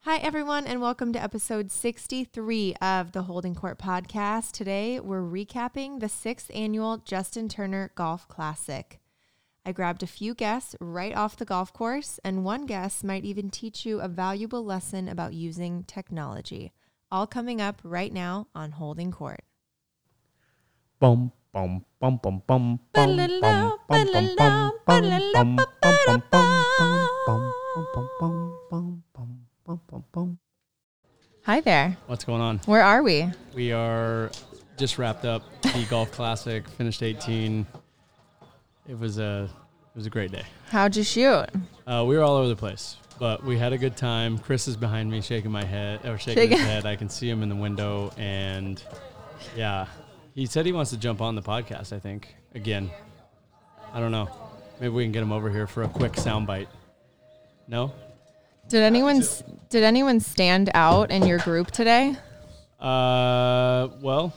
Hi, everyone, and welcome to episode 63 of the Holding Court podcast. Today, we're recapping the sixth annual Justin Turner Golf Classic. I grabbed a few guests right off the golf course, and one guest might even teach you a valuable lesson about using technology. All coming up right now on Holding Court. Bum bum bum bum bum bum bum bum bum bum bum bum bum bum bum bum Hi there. What's going on? Where are we? We are just wrapped up the golf classic, finished 18. It was a it was a great day. How'd you shoot? Uh, we were all over the place, but we had a good time. Chris is behind me, shaking my head or shaking his Shaking. head. I can see him in the window, and yeah, he said he wants to jump on the podcast. I think again. I don't know. Maybe we can get him over here for a quick soundbite. No, Did anyone s- did anyone stand out in your group today? Uh, well,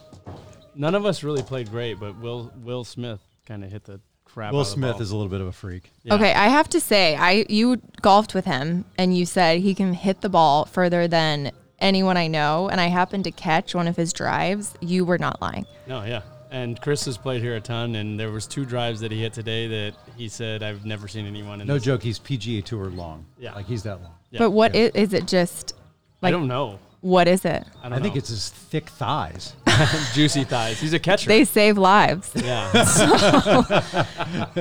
none of us really played great, but Will Will Smith kind of hit the crap. Will Smith is a little bit of a freak. Yeah. Okay, I have to say, I you golfed with him and you said he can hit the ball further than anyone I know, and I happened to catch one of his drives. You were not lying. no, yeah. And Chris has played here a ton, and there was two drives that he hit today that he said I've never seen anyone in. No this. joke, he's PGA Tour long. Yeah. like he's that long. Yeah. but what i- is it? Just I like don't know. what is it? I I, don't think know. it's his thick thighs. juicy thighs. He's a catcher. They save lives. yeah,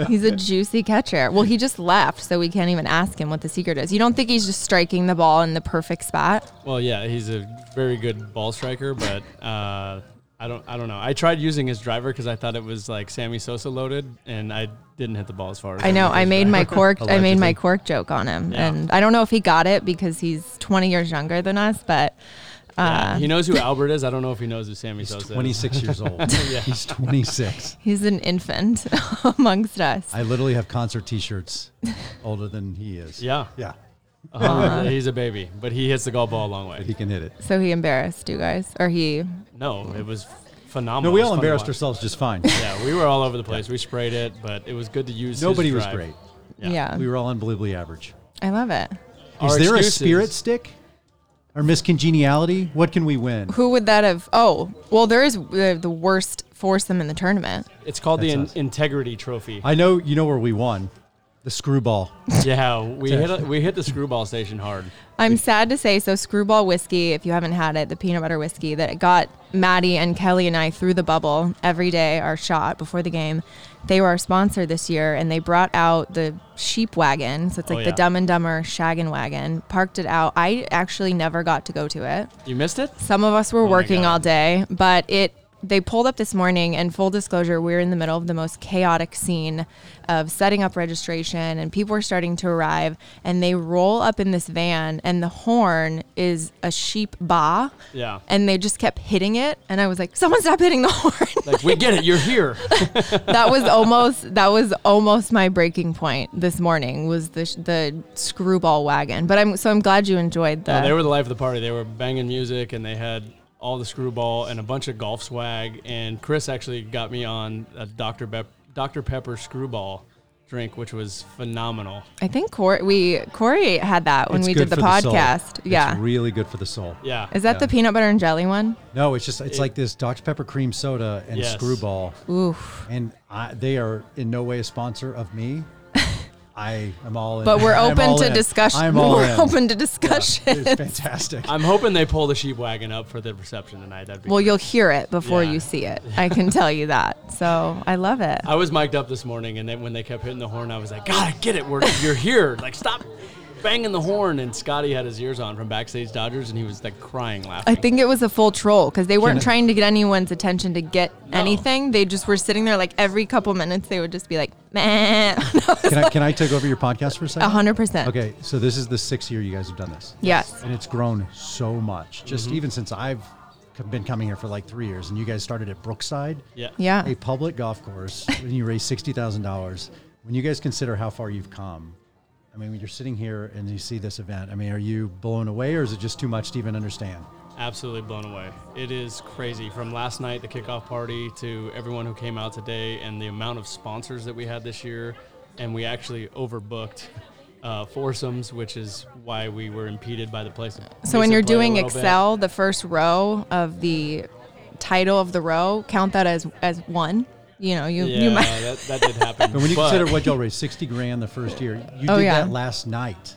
He's a juicy catcher. Well, he just left, so we can't even ask him what the secret is. You don't think he's just striking the ball in the perfect spot? well, yeah, he's a very good ball striker, but uh, I don't, I don't know. I tried using his driver because I thought it was like Sammy Sosa loaded, and I didn't hit the ball as far. as I know. went with I his made driver. my cork. I made my Allegedly. cork joke on him, Yeah. and I don't know if he got it because he's 20 years younger than us. But uh, Yeah, he knows who Albert is. I don't know if he knows who Sammy He's Sosa. is. 26 years old. He's 26. He's an infant amongst us. I literally have concert T-shirts older than he is. Yeah. yeah, Uh, he's a baby, but he hits the golf ball a long way. Uh-huh. he can hit it. so he embarrassed you guys, or he? No, it was phenomenal. No, we It was fun all to embarrassed watch. ourselves just fine. Yeah, we were all over the place. We sprayed it, but it was good to use. his Nobody was drive. great. Yeah. We were all unbelievably average. I love it. Our is there a excuses- spirit stick? Or miscongeniality? What can we win? Who would that have? Oh, well, there is uh, the, the worst foursome in the tournament. It's called the That's in- us. integrity trophy. I know you know where we won. The screwball. yeah, we hit a, we hit the screwball station hard. I'm sad to say. So Screwball whiskey, if you haven't had it, the peanut butter whiskey that got Maddie and Kelly and I through the bubble every day. Our shot before the game. They were our sponsor this year, and they brought out the sheep wagon. So it's Oh, like yeah. the Dumb and Dumber shaggin' wagon. Parked it out. I actually never got to go to it. You missed it? Some of us were Oh my working God. all day, but it they pulled up this morning and full disclosure, we were in the middle of the most chaotic scene of setting up registration and people were starting to arrive and they roll up in this van and the horn is a sheep ba. Yeah. And they just kept hitting it and I was like, Someone stop hitting the horn. Like we get it. You're here. that was almost that was almost my breaking point this morning was the sh- the screwball wagon. But I'm so I'm glad you enjoyed the No, they were the life of the party. They were banging music and they had all the screwball and a bunch of golf swag. And Chris actually got me on a Dr. Pep- Dr. Pepper screwball drink, which was phenomenal. I think Corey, we Corey had that when It's we good did the for soul. podcast. yeah. It's really good for the soul. Yeah. Is that the peanut butter and jelly one? No, it's just it's It- like this Dr Pepper cream soda and Yes. screwball, Oof. and I, they are in no way a sponsor of me. I am all in. But we're I'm open all to in. discussion. I'm all we're in. open to discussion. It's fantastic. I'm hoping they pull the sheep wagon up for the reception tonight. That'd be well, great. you'll hear it before Yeah. you see it. I can tell you that. So I love it. I was mic'd up this morning, and then when they kept hitting the horn, I was like, "God, I get it. We're, you're here. Like, stop banging the horn." And Scotty had his ears on from backstage Dodgers, and he was like crying I laughing. think it was a full troll because they weren't I- trying to get anyone's attention to get No. anything. They just were sitting there like every couple minutes they would just be like, meh. Can I can I take over your podcast for a second? 100%. Okay, so this is the sixth year you guys have done this. Yes. and it's grown so much. Just even since I've c- been coming here for like three years, and you guys started at Brookside. yeah, Yeah. a public golf course and you raise sixty thousand dollars. When you guys consider how far you've come, I mean, when you're sitting here and you see this event, I mean, are you blown away, or is it just too much to even understand? absolutely blown away. It is crazy from last night, the kickoff party, to everyone who came out today, and the amount of sponsors that we had this year, and we actually overbooked. uh, foursomes, which is why we were impeded by the place. So when basic you're play a doing little bit. Excel, the first row of the title of the row, count that as as one. You know, you yeah, you might. that, that did happen. But when you But consider what y'all raised, 60 grand the first year, you Oh, did yeah. that last night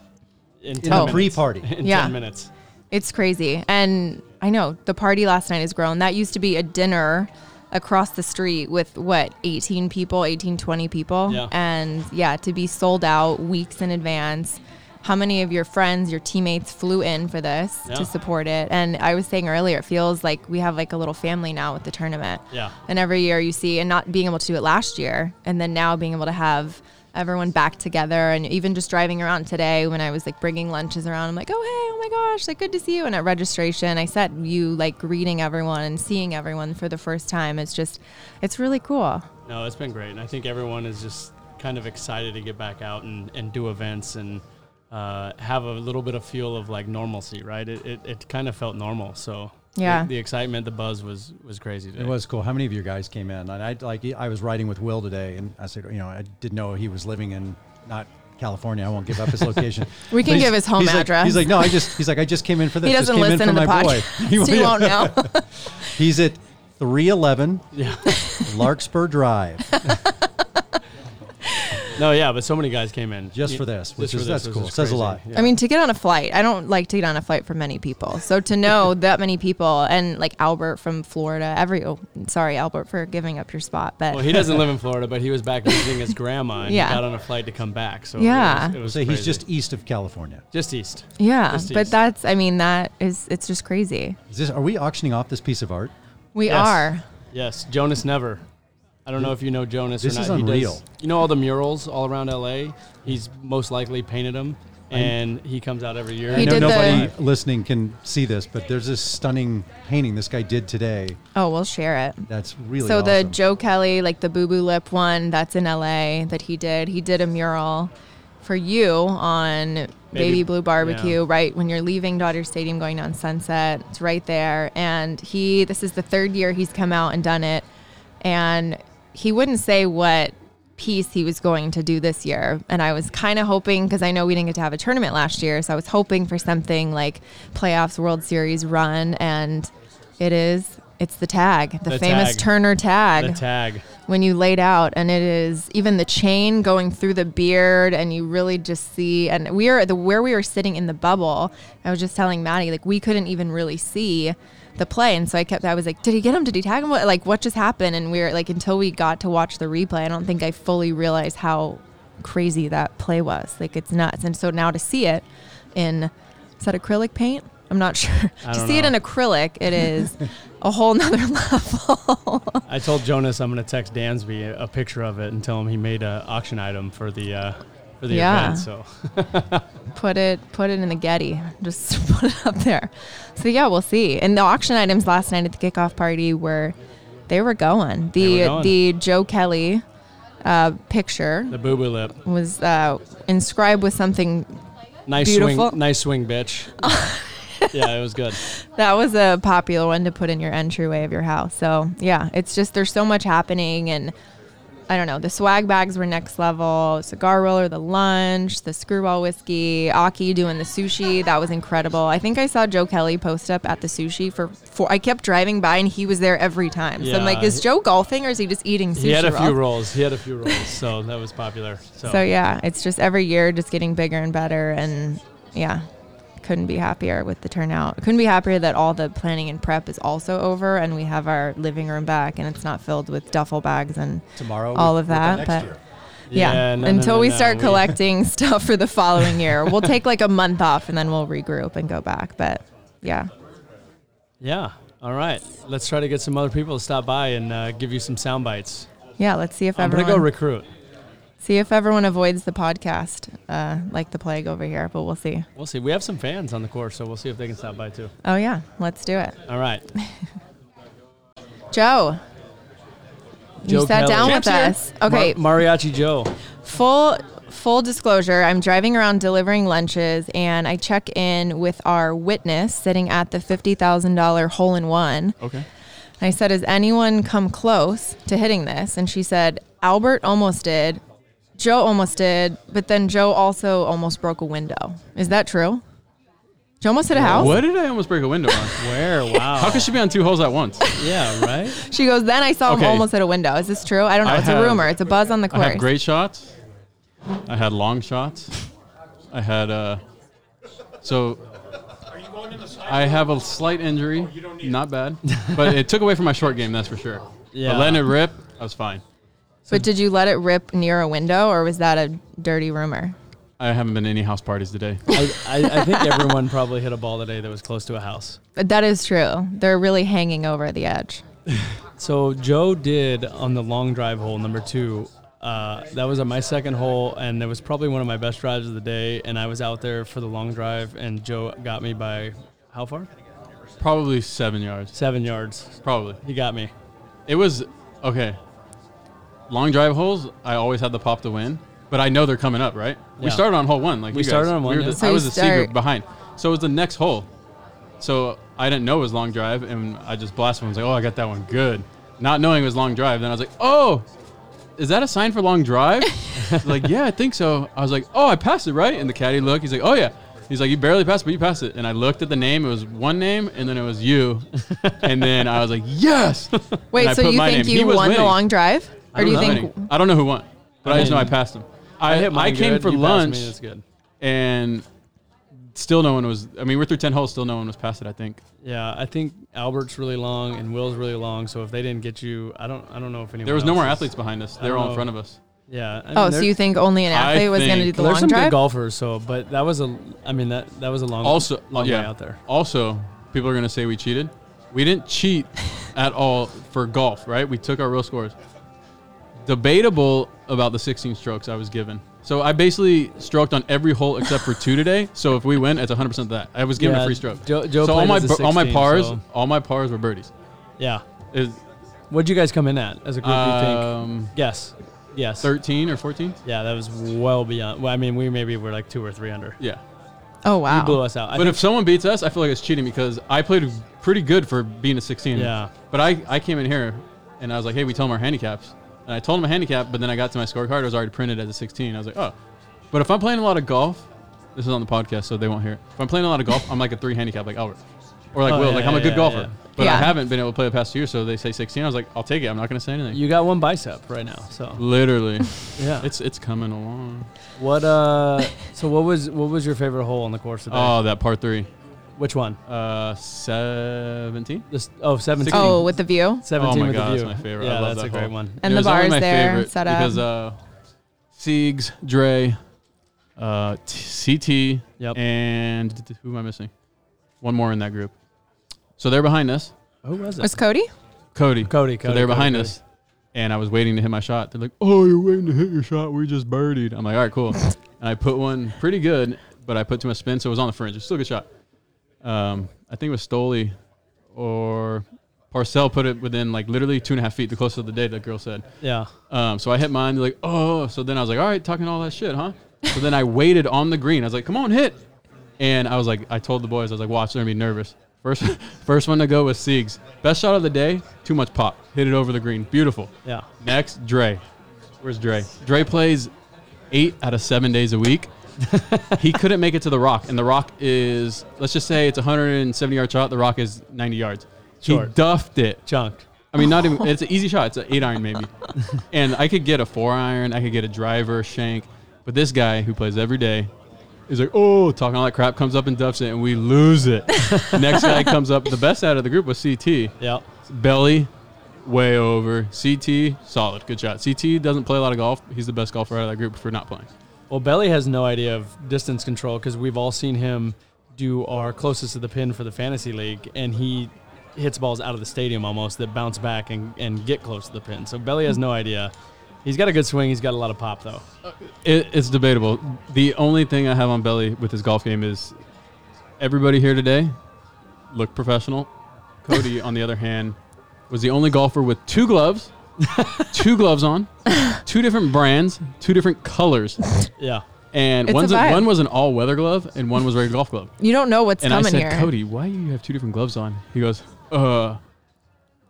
in in 10 the minutes- pre party. in Yeah. 10 minutes, It's crazy. And I know the party last night has grown. That used to be a dinner across the street with what, 18 people, 18, 20 people. Yeah. And yeah, to be sold out weeks in advance. How many of your friends, your teammates flew in for this Yeah. to support it? And I was saying earlier, it feels like we have like a little family now with the tournament. Yeah. And every year you see, and not being able to do it last year, and then now being able to have everyone back together, and even just driving around today when I was like bringing lunches around, I'm like, oh hey, oh my gosh, like good to see you. And at registration, I set you like greeting everyone and seeing everyone for the first time. It's just, it's really cool. no, it's been great, and I think everyone is just kind of excited to get back out and, and do events and uh, have a little bit of feel of like normalcy, right? It it, it kind of felt normal, so the- Yeah. the, excitement, the buzz was was crazy. Today. It was cool. How many of your guys came in? And I like I was riding with Will today, and I said, you know, I didn't know he was living in not California. I won't give up his location. We But can he's- give his home he's like- address. he's like, no, I just he's like, I just came in for this. He just doesn't came in listen for to the my boy. podcast, so he won't know. He's at three eleven Yeah. Larkspur Drive. No, yeah, but so many guys came in Just Y- for this, which for is- that's which cool. Says a crazy. lot. Yeah. I mean, to get on a flight, I don't like to get on a flight for many people. So to know that many people, and like Albert from Florida, every oh, sorry Albert for giving up your spot, but well, he doesn't live in Florida, but he was back visiting his grandma and he Yeah. got on a flight to come back. So Yeah. it was, it was So he's crazy. just east of California. just east. Yeah, Just but east. that's I mean that is it's just crazy. Is this, are we auctioning off this piece of art? We Yes. are. Yes, Jonas Never. I don't know if you know Jonas This or not. is He does- unreal. you know all the murals all around LA. He's most likely painted them, and he comes out every year. He I know did the- nobody listening can see this, but there's this stunning painting this guy did today. Oh, we'll share it. That's really so the awesome. Joe Kelly, like the Boo Boo Lip one, that's in LA that he did. He did a mural for you on Baby, Blue Barbecue, yeah. right when you're leaving Dodger Stadium going down Sunset. It's right there. And he, this is the third year he's come out and done it. And he wouldn't say what piece he was going to do this year. And I was kind of hoping, because I know we didn't get to have a tournament last year. So I was hoping for something like playoffs, World Series run. And it is. It's the tag, the, The famous tag. Turner the tag. when you laid out and it is even the chain going through the beard and you really just see and we are the where we were sitting in the bubble i was just telling maddie like we couldn't even really see the play and so i kept i was like did he get him did he tag him what like what just happened and we were like until we got to watch the replay i don't think i fully realized how crazy that play was like it's nuts and so now to see it in is that acrylic paint i'm not sure I to don't see it in know. acrylic it is a whole nother level I told Jonas I'm going to text Dansby a, a picture of it and tell him he made a auction item for the uh, for the Yeah. event. So put it put it in the Getty. Just put it up there. So yeah, we'll see. And the auction items last night at the kickoff party were they were going. The They were going. the Joe Kelly uh, picture the boo boo lip, was uh, inscribed with something nice Beautiful. swing, nice swing, bitch. yeah, it was good. that was a popular one to put in your entryway of your house. So yeah, it's just there's so much happening and I don't know. The swag bags were next level. Cigar roller, the lunch, the screwball whiskey, Aki doing the sushi. That was incredible. I think I saw Joe Kelly post up at the sushi for four. I kept driving by and he was there every time. So I'm like, Yeah. is Joe golfing or is he just eating sushi? He had a few rolls? rolls. He had a few rolls, so that was popular. So, So yeah, it's just every year just getting bigger and better and yeah. Couldn't be happier with the turnout. Couldn't be happier that all the planning and prep is also over and we have our living room back and it's not filled with duffel bags and tomorrow, all we'll- of we'll go that, next but- year. yeah. no, no, Until no, we no, start collecting stuff for the following year. We'll take like a month off and then we'll regroup and go back. But yeah. Yeah. All right. Let's try to get some other people to stop by and uh, give you some sound bites. Yeah, let's see if I'm going to go everyone recruit. see if everyone avoids the podcast, uh, like the plague over here, but we'll see. We'll see. We have some fans on the course, so we'll see if they can stop by too. Oh yeah, let's do it. All right. Joe. you Joe sat Kelly. down with Champs here. us. Okay. Mar- Mariachi Joe. full full disclosure i'm driving around delivering lunches and i check in with our witness sitting at the $50000 hole-in-one Okay. and i said has anyone come close to hitting this and she said albert almost did Joe almost did, but then Joe also almost broke a window. Is that true? Joe almost hit a house. What did I almost break a window on? Where? Wow. How could she be on two holes at once? yeah. Right. She goes. Then I saw Okay. him almost hit a window. Is this true? I don't know. I it's have- a rumor. It's a buzz on the I course. had great shots. I had long shots. I had uh so I have a slight injury, not bad, but it took away from my short game, that's for sure. Yeah. But letting it rip, I was fine. but did you let it rip near a window, or was that a dirty rumor? I haven't been to any house parties today. I, I, I think everyone probably hit a ball today that was close to a house. That is true. They're really hanging over the edge. So Joe did on the long drive hole number two. Uh, that was on my second hole, and it was probably one of my best drives of the day. And I was out there for the long drive, and Joe got me by how far? Probably seven yards. Seven yards. Probably. He got me. It was okay. Long drive holes, I always had the pop to win, but I know they're coming up, right? Yeah. We started on hole one, like We you guys. started on one, were yeah. the- So I you was the C group start- behind, so it was the next hole. So I didn't know it was long drive, and I just blasted one. I was like, "Oh, I got that one good," not knowing it was long drive. Then I was like, "Oh, is that a sign for long drive?" like, yeah, I think so. I was like, "Oh, I passed it right." And the caddy looked. He's like, "Oh yeah." He's like, "You barely passed, but you passed it." And I looked at the name. It was one name, and then it was you, and then I was like, "Yes." And Wait, I so put you my think name. He you was won the winning. long drive, or do you I don't know. think Winning. I don't know who won, but I, just know I mean, passed him. I I, mine came good, for you passed lunch Me, that's good. and still no one was. I mean, we're through ten holes, still no one was past it. I think. Yeah, I think Albert's really long and Will's really long. So if they didn't get you, I don't, I don't know if anyone. There was no more else is- athletes behind us. They were don't all in know. front of us. Yeah. I mean, Oh, so there- you think only an I athlete was going to do think- the there's long some drive? big golfers. So, but that was a, I mean that that was a long, Also, long yeah. way out there. Also, people are gonna say we cheated. We didn't cheat at all for golf, right? We took our real scores. Debatable about the 16 strokes I was given. So I basically stroked on every hole except for two today. So if we win, it's 100 percent that. I was given Yeah, a free stroke. Joe- Joe so all played my as a bir- all my 16, pars, so- all my pars were birdies. Yeah. Is What'd you guys come in at as a group? you um, think? Yes. Yes. 13 or 14? Yeah, that was well beyond. Well, I mean, we maybe were like two or three under. Yeah. oh wow! You blew us out. I but think, if someone beats us, I feel like it's cheating because I played pretty good for being a 16. Yeah. But I, I came in here and I was like, hey, we tell them our handicaps. And I told them my handicap, but then I got to my scorecard. It was already printed as a 16. I was like, oh. But if I'm playing a lot of golf, this is on the podcast, so they won't hear it. If I'm playing a lot of golf, I'm like a three handicap, like Albert. Or like Oh, Will, yeah, like I'm a yeah, good yeah, golfer. yeah. But I Yeah. haven't been able to play the past two years, so they say 16. I was like, I'll take it. I'm not going to say anything. you got one bicep right now, so Literally. yeah. it's it's coming along. what uh. so what was what was your favorite hole on the course today? Oh, that part three. Which one? Uh, 17? This oh 17. oh, with the view. 17 Oh my with God, the that's view. my favorite. I Yeah, love that's that a great hole. one. And It the was only bar's my there, favorite set up. Because uh, Siegs, Dre, uh, t- CT, Yep. and d- d- who am I missing? One more in that group. So they're behind us. Who was it? Was Cody? Cody. Cody, so Cody, they're Cody, behind Cody. us. And I was waiting to hit my shot. They're like, oh, you're waiting to hit your shot. We just birdied. I'm like, all right, cool. and I put one pretty good, but I put too much spin, so it was on the fringe. It was still a good shot. Um, I think it was Stoli or Parcell put it within like literally two and a half feet, the closest of the day, that girl said. Yeah. Um, so I hit mine. They're like, oh. So then I was like, all right, talking all that shit, huh? So then I waited on the green. I was like, come on, hit. And I was like, I told the boys, I was like, watch, they're gonna be nervous. First, first one to go was Siegs. Best shot of the day. Too much pop. Hit it over the green. Beautiful. Yeah. Next, Dre. Where's Dre? Dre plays eight out of seven days a week. he couldn't make it to the rock, and the rock is let's just say it's a 170 yard shot. The rock is 90 yards. Short. He duffed it. Chunked. I mean, not even. It's an easy shot. It's an eight iron maybe, and I could get a four iron. I could get a driver, shank. But this guy who plays every day is like, oh, talking all that crap. Comes up and duffs it, and we lose it. Next guy comes up. The best out of the group was CT. Yeah. Belly, way over. CT, solid. Good shot. CT doesn't play a lot of golf. He's the best golfer out of that group for not playing. Well, Belly has no idea of distance control because we've all seen him do our closest to the pin for the fantasy league, and he hits balls out of the stadium almost that bounce back and, and get close to the pin. So Belly has no idea. He's got a good swing. He's got a lot of pop though. It, it's debatable. The only thing I have on Belly with his golf game is everybody here today look professional. Cody, on the other hand, was the only golfer with two gloves, two gloves on, two different brands, two different colors, Yeah. and It's a one's a- vibe. one was an all-weather glove and one was a regular golf glove. You don't know what's and I coming said, here. Cody, why do you have two different gloves on? He goes, uh,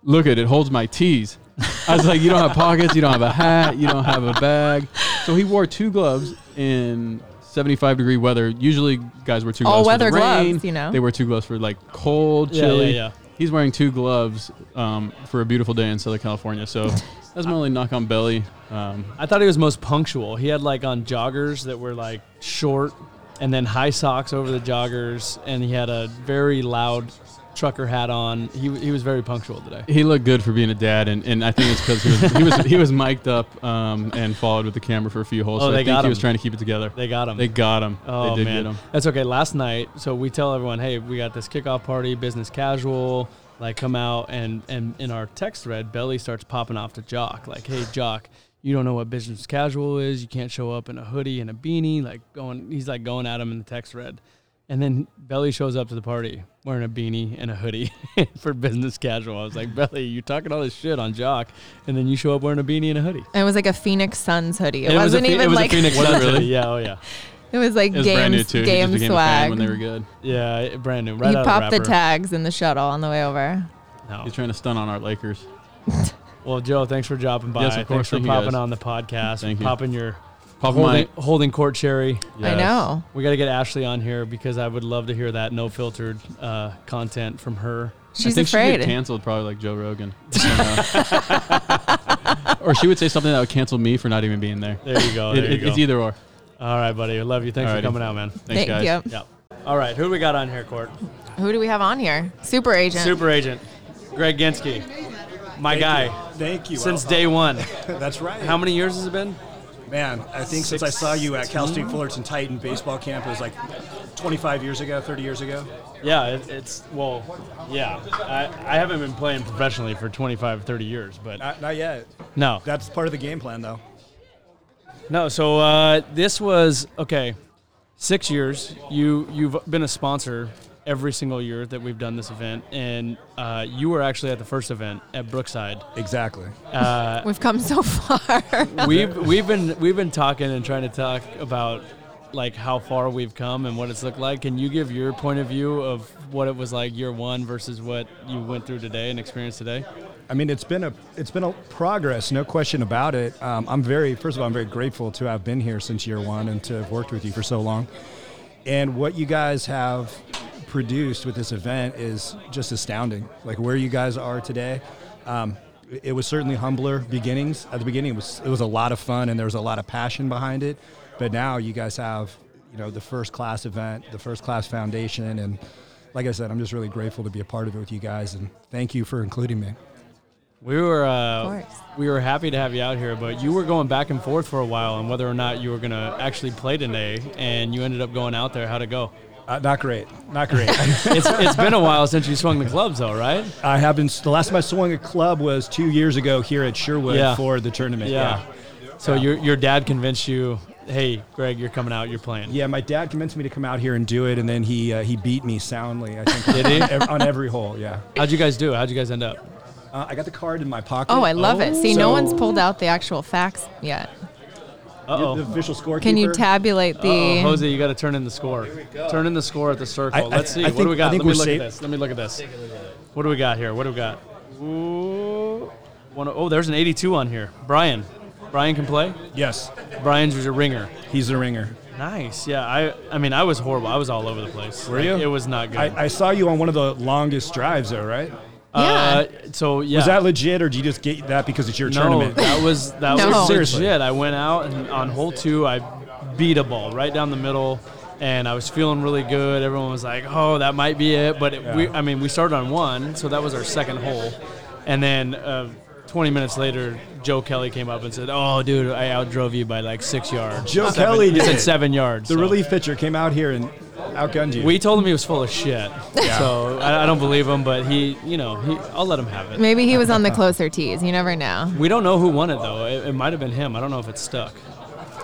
look at it, holds my tees. I was like, you don't have pockets, you don't have a hat, you don't have a bag. So he wore two gloves in 75 degree weather. Usually, guys wear two gloves. All for the weather gloves, rain. you know? They wear two gloves for like cold, Yeah, chilly. yeah, yeah. He's wearing two gloves um, for a beautiful day in Southern California. So that's my only knock on Belly. Um, I thought he was most punctual. He had like on joggers that were like short and then high socks over the joggers, and he had a very loud trucker hat on. He, he was very punctual today. he looked good for being a dad, and, and I think it's because he was, he was he was mic'd up um, and followed with the camera for a few holes. Oh, so they I think got he was him. trying to keep it together. They got him. They got him. Oh they did man, get him. that's okay. Last night, so we tell everyone, hey, we got this kickoff party, business casual. Like, come out and and in our text thread, Belly starts popping off to Jock. Like, hey, Jock, you don't know what business casual is. You can't show up in a hoodie and a beanie. Like, going, he's like going at him in the text thread, and then Belly shows up to the party wearing a beanie and a hoodie for business casual. I was like, Belly, you're talking all this shit on Jock, and then you show up wearing a beanie and a hoodie. It was like a Phoenix Suns hoodie. It, It was a wasn't phe- it even was a like Phoenix Suns hoodie. yeah, oh yeah, it was like It was brand new game too. he just game became a fan swag. when they were good. yeah, brand new. Right He out of popped the wrapper. tags in the shuttle on the way over. No. He's trying to stun on our Lakers. Well, Joe, thanks for dropping by. Yes, of Thanks course. for Thank you, popping guys. on the podcast. Thank you. Popping your Pop holding, my. holding court cherry. I Yes. know. We got to get Ashley on here because I would love to hear that no filtered uh, content from her. I She's think She'd afraid. get canceled probably like Joe Rogan. Uh, or she would say something that would cancel me for not even being there. There you go. It- There you it- go. It's either or. All right, buddy. I love you. Thanks Alrighty. for coming out, man. Thanks, Thank guys. you. Yeah. All right. Who do we got on here, Court? Who do we have on here? Super agent. Super agent Greg Gensky, my guy Thank you. uh, since day one. That's right. How many years has it been? Man, I think since I saw you at Cal State Fullerton Titan baseball camp, it was like 25 years ago, 30 years ago. Yeah, it, it's well, yeah. I, I haven't been playing professionally for 25, 30 years, but Not, not yet. no, That's part of the game plan, though. No, so uh, this was okay. Six years. You you've been a sponsor every single year that we've done this event, and uh, you were actually at the first event at Brookside. Exactly. We've come so far. We've we've been we've been talking and trying to talk about like how far we've come and what it's looked like. Can you give your point of view of what it was like year one versus what you went through today and experienced today? I mean, it's been a it's been a progress, no question about it. Um, I'm very first of all, I'm very grateful to have been here since year one and to have worked with you for so long. And what you guys have produced with this event is just astounding. Like where you guys are today. Um, it was certainly humbler beginnings. At the beginning, it was it was a lot of fun and there was a lot of passion behind it. But now you guys have you know the first class event, the first class foundation, and like I said, I'm just really grateful to be a part of it with you guys. And thank you for including me. We were uh, course. we were happy to have you out here, but you were going back and forth for a while on whether or not you were going to actually play today, and you ended up going out there. How'd it go? Uh, not great. Not great. It's, it's been a while since you swung the clubs, though, right? I have been. The last time I swung a club was two years ago here at Sherwood Yeah. for the tournament. So your your dad convinced you, hey, Greg, you're coming out, you're playing. Yeah, my dad convinced me to come out here and do it, and then he uh, he beat me soundly. I think Did he? on, ev- on every hole. Yeah, How'd you guys do? How'd you guys end up? uh, I got the card in my pocket. oh, I love it. See, no So- one's pulled out the actual facts yet. Uh The oh. official scorekeeper. Can you tabulate Oh, the? Jose, you got to turn in the score. Turn in the score at the circle. I- I- Let's see. I what think- do we I got? Let think me we're look safe. at this. Let me look at this. What do we got here? What do we got? Ooh, one, oh, there's an 82 on here. Brian. Brian can play. Yes, Brian's was a ringer. he's a ringer. Nice. Yeah. I. I mean, I was horrible. I was all over the place. Were you? It was not good. I, I saw you on one of the longest drives, though, right? Uh, so yeah. Was that legit, or do you just get that because it's your tournament? No, that was that No. was Seriously. legit. I went out and on hole two, I beat a ball right down the middle, and I was feeling really good. Everyone was like, "Oh, that might be it," but it, we, I mean, we started on one, so that was our second hole, and then. Uh, 20 minutes later, Joe Kelly came up and said, "Oh, dude, I outdrove you by like six yards." Joe Seven- Kelly He did said it. seven yards. The so. relief pitcher came out here and outgunned you. We told him he was full of shit, so I, I don't believe him. But he, you know, he, I'll let him have it. Maybe he was on the closer tees. You never know. We don't know who won it though. It, it might have been him. I don't know if it stuck.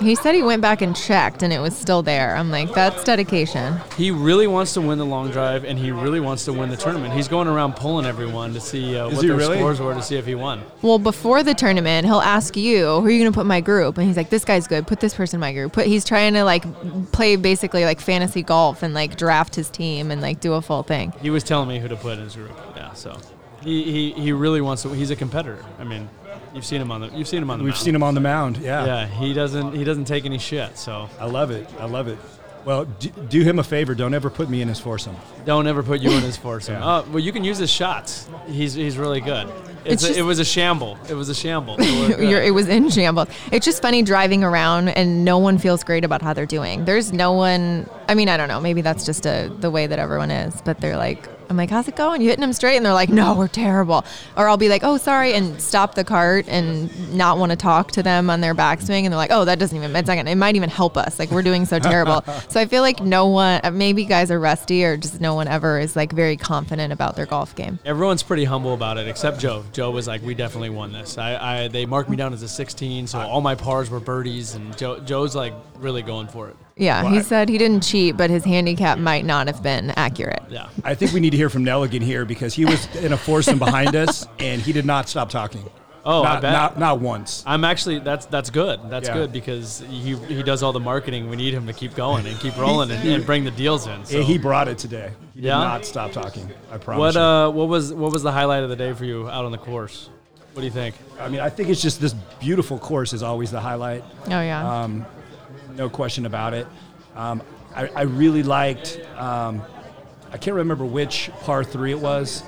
He said he went back and checked, and it was still there. I'm like, that's dedication. He really wants to win the long drive, and he really wants to win the tournament. He's going around pulling everyone to see uh, what he their really? scores were to see if he won. Well, before the tournament, he'll ask you, "Who are you going to put in my group?" And he's like, "This guy's good. Put this person in my group." Put he's trying to like play basically like fantasy golf and like draft his team and like do a full thing. He was telling me who to put in his group. Yeah, so he he, he really wants to. He's a competitor. I mean, You've seen him on the. You've seen him on the. We've mound. seen him on the mound. Yeah, he doesn't. He doesn't take any shit. So I love it. I love it. Well, do, do him a favor. Don't ever put me in his foursome. don't ever put you in his foursome. Yeah. Oh, well, you can use his shots. He's he's really good. It's It's a- just- it was a shamble. It was a shamble. It was good. You're, it was in shambles. It's just funny driving around and no one feels great about how they're doing. There's no one. I mean, I don't know. Maybe that's just a, the way that everyone is. But they're like, I'm like, how's it going? You hitting them straight? And they're like, no, we're terrible. Or I'll be like, oh, sorry, and stop the cart and not want to talk to them on their backswing. And they're like, oh, that doesn't even. It's not gonna, it might even help us. Like we're doing so terrible. so I feel like no one. uh, Maybe guys are rusty or just no one ever is like very confident about their golf game. Everyone's pretty humble about it, except Joe. Joe was like, "We definitely won this." I, I they marked me down as a 16, so all my pars were birdies, and Joe, Joe's like really going for it. Yeah, Well, he I- said he didn't cheat, but his handicap might not have been accurate. Yeah, I think we need to hear from Nelligan here because he was in a foursome behind us and he did not stop talking. Oh, I not, bet. Not, not once. I'm actually that's that's good. That's Yeah. good because he he does all the marketing. We need him to keep going and keep rolling and, and bring the deals in. So. Yeah, He brought it today. He did Yeah? not stop talking. I promise. what you. uh what was what was the highlight of the day for you out on the course? What do you think? I mean, I think it's just this beautiful course is always the highlight. Oh yeah. Um, no question about it. Um, I, I really liked. Um, I can't remember which par three it was.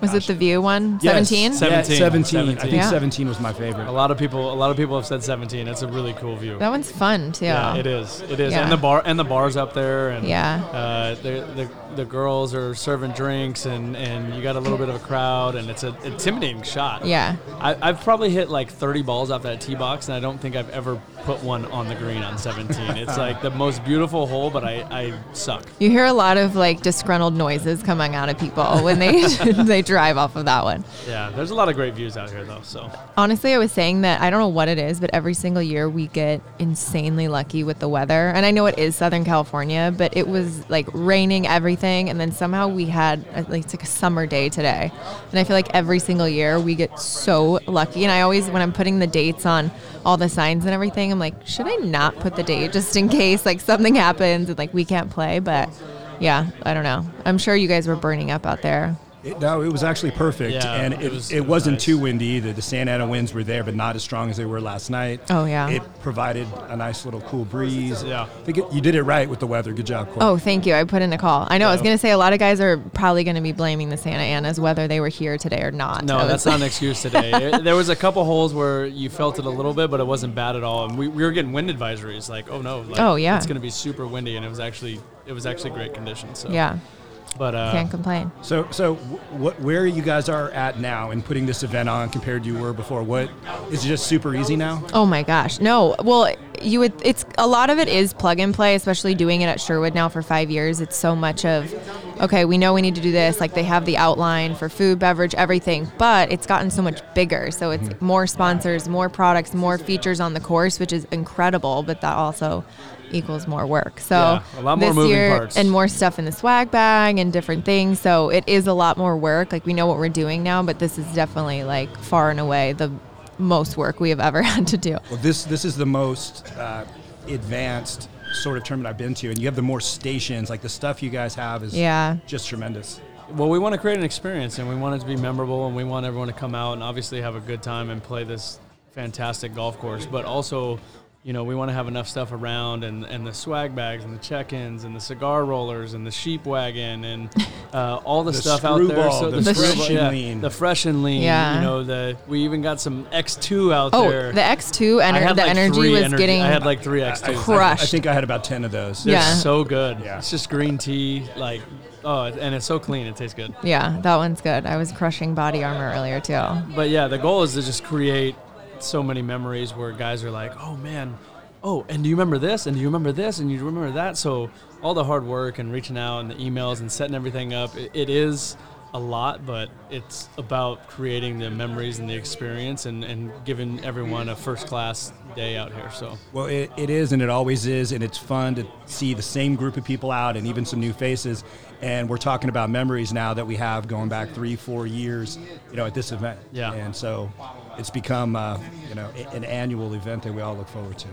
was it the view one? Yes, Seventeen. Seven- yeah, 17. 17. I think Yeah. 17 was my A favorite. lot of people a lot of people have said 17. That's a really cool view. That one's fun too. yeah, it is. It is. Yeah. And the bar and the bars up there and Yeah. uh, the, the the girls are serving drinks and and you got a little bit of a crowd and it's an intimidating shot. Yeah. I, I've probably hit like 30 balls off that tee box, and I don't think I've ever put one on the green on 17. It's like the most beautiful hole, but I, I suck. You hear a lot of like disgruntled noises coming out of people when they they drive off of that one. Yeah, there's a lot of great views out here, though. So Honestly, I was saying that I don't know what it is, but every single year we get insanely lucky with the weather. And I know it is Southern California, but it was like raining everything. And then somehow we had at least like a summer day today. And I feel like every single year we get so lucky. And I always, when I'm putting the dates on all the signs and everything, I'm like, should I not put the date just in case like something happens and like we can't play? But yeah, I don't know. I'm sure you guys were burning up out there. It, no, it was actually perfect, Yeah, and it it, it, was- was, it was not nice. too windy either. The Santa Ana winds were there, but not as strong as they were last night. Oh, yeah. it provided a nice little cool breeze. Yeah. I think it, you did it right with the weather. Good job, Corey. Oh, thank you. I put in a call. I know. I was going to say a lot of guys are probably going to be blaming the Santa Anas whether they were here today or not. I no, was that's like- not an excuse today. It- there was a couple holes where you felt it a little bit, but it wasn't bad at all. And we, we were getting wind advisories, like, oh no, like, Oh, yeah. it's going to be super windy, and it was actually it was actually great conditions. So Yeah, but uh, can't complain. So, so what, where you guys are at now in putting this event on compared to you were before? What is it just super easy now? Oh my gosh. No. Well, you would it's a lot of it is plug and play, especially doing it at Sherwood now for 5 years. It's so much of okay, we know we need to do this. Like they have the outline for food, beverage, everything, but it's gotten so much bigger. So it's Mm-hmm. more sponsors, more products, more features on the course, which is incredible, but that also equals more work. So Yeah, a lot more this moving year parts. and more stuff in the swag bag and different things. So it is a lot more work. Like we know what we're doing now, but this is definitely like far and away the most work we have ever had to do. Well, this this is the most uh, advanced sort of tournament I've been to, and you have the more stations. Like the stuff you guys have is Yeah. just tremendous. Well, we want to create an experience, and we want it to be memorable, and we want everyone to come out and obviously have a good time and play this fantastic golf course. But also, you know, we want to have enough stuff around, and, and the swag bags, and the check-ins, and the cigar rollers, and the sheep wagon, and uh, all the, The stuff out there. screwball, the The fresh and yeah, lean. the fresh and lean. Yeah. You know, the we even got some X two out Oh, there. the X2 ener- I had the like energy three was energy- getting I had like three X two. Crushed. I think I had about ten of those. They're Yeah. so good. Yeah. It's just green tea, like oh, and it's so clean. It tastes good. Yeah, that one's good. I was crushing body armor earlier too. But yeah, the goal is to just create so many memories where guys are like, "Oh man, oh, and do you remember this? And do you remember this? And you remember that?" So all the hard work and reaching out and the emails and setting everything up, it, it is a lot, but it's about creating the memories and the experience and, and giving everyone a first class day out here. So Well, it, it is, and it always is, and it's fun to see the same group of people out and even some new faces. And we're talking about memories now that we have going back three, four years, you know, at this event. Yeah. And so it's become, uh, you know, a- an annual event that we all look forward to.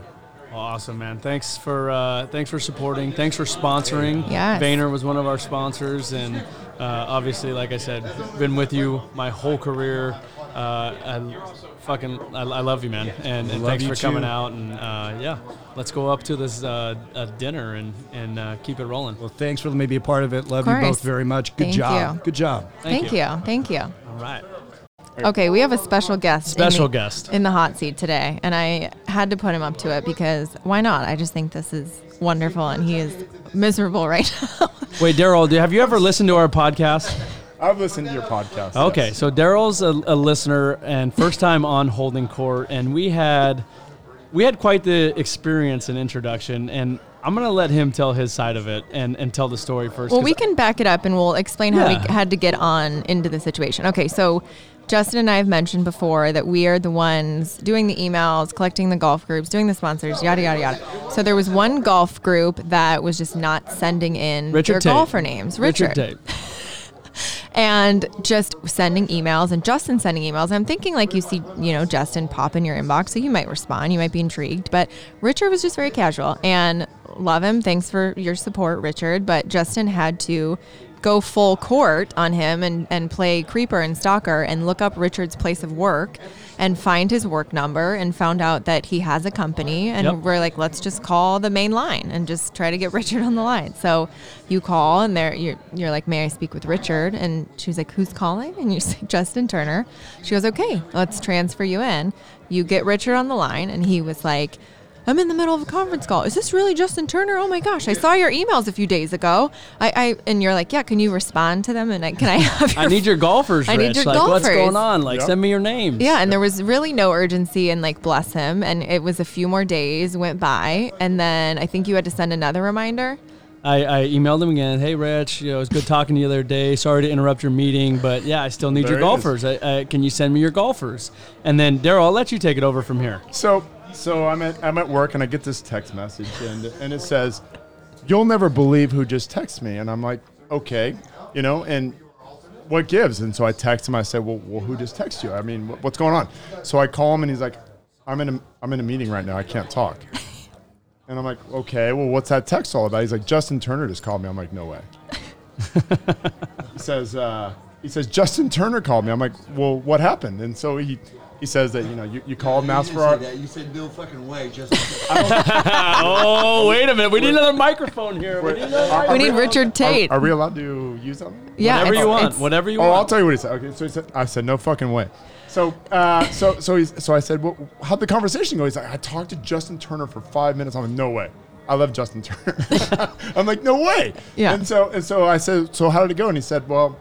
Well, awesome, man! Thanks for uh, thanks for supporting. Thanks for sponsoring. Yes. Vayner was one of our sponsors, and uh, obviously, like I said, been with you my whole career. Uh, I fucking I, I love you, man, and, and Love thanks you for coming too. out. And uh, yeah, let's go up to this uh, uh, dinner and and uh, keep it rolling. Well, thanks for letting me be a part of it. Love Of you both course. very much. Good Thank job. you. Good job. Thank you. Thank you. All right. Okay, we have a special guest. in Special the- guest. in the hot seat today, and I had to put him up to it because why not? I just think this is wonderful, and he is miserable right now. Wait, Daryl, do- have you ever listened to our podcast? I've listened to your podcast. Okay, yes. so Daryl's a, a listener and first time on holding court, and we had we had quite the experience and introduction, and I'm gonna let him tell his side of it and and tell the story first. well, 'cause we can back it up, and we'll explain how Yeah. we had to get on into the situation. Okay, so Justin and I have mentioned before that we are the ones doing the emails, collecting the golf groups, doing the sponsors, yada yada yada. So there was one golf group that was just not sending in Richard their Tate. golfer names, Richard Tate. and just sending emails and Justin sending emails. And I'm thinking like you see, you know, Justin pop in your inbox, so you might respond, you might be intrigued. But Richard was just very casual and love him. Thanks for your support, Richard. But Justin had to go full court on him and, and play creeper and stalker and look up Richard's place of work and find his work number and found out that he has a company and Yep. we're like let's just call the main line and just try to get Richard on the line. So you call and there you're you're like may I speak with Richard and she was like who's calling and you say Justin Turner. She goes okay, let's transfer you in. You get Richard on the line and he was like I'm in the middle of a conference call. Is this really Justin Turner? Oh my gosh! I saw your emails a few days ago. I, I and you're like, yeah. Can you respond to them? And I, can I have? Your I need your golfers. I need Rich. your like, What's golfers. going on? Like, Yep. send me your names. Yeah, and there was really no urgency, and like, bless him. And it was a few more days went by, and then I think you had to send another reminder. I, I emailed him again. Hey, Rich, you know, it was good talking to you the other day. Sorry to interrupt your meeting, but yeah, I still need There your it is. golfers. I, I, can you send me your golfers? And then Daryl, I'll let you take it over from here. So so I'm at I'm at work and I get this text message and and it says, "You'll never believe who just texted me." And I'm like, "Okay, you know." And what gives? And so I text him. I said, "Well, well who just texted you? I mean, wh- what's going on?" So I call him and he's like, "I'm in a I'm in a meeting right now. I can't talk." And I'm like, "Okay, well, what's that text all about?" He's like, "Justin Turner just called me." I'm like, "No way." he says uh, he says Justin Turner called me. I'm like, well, what happened? And so he he says that you know you, you called and asked for our You said no fucking way. Just Oh, wait a minute. We need another microphone here. We need another Are- We are need Richard Tate. Are, are we allowed to use that? one? yeah, Whatever it's- you want. it's- Whatever you Oh, I'll want. tell you what he said. Okay, so he said, I said, no fucking way. So, uh, so, so, he's, so I said, well, how'd the conversation go? He's like, I talked to Justin Turner for five minutes. I'm like, no way. I love Justin Turner. I'm like, no way. Yeah. And so, and so I said, so how did it go? And he said, well,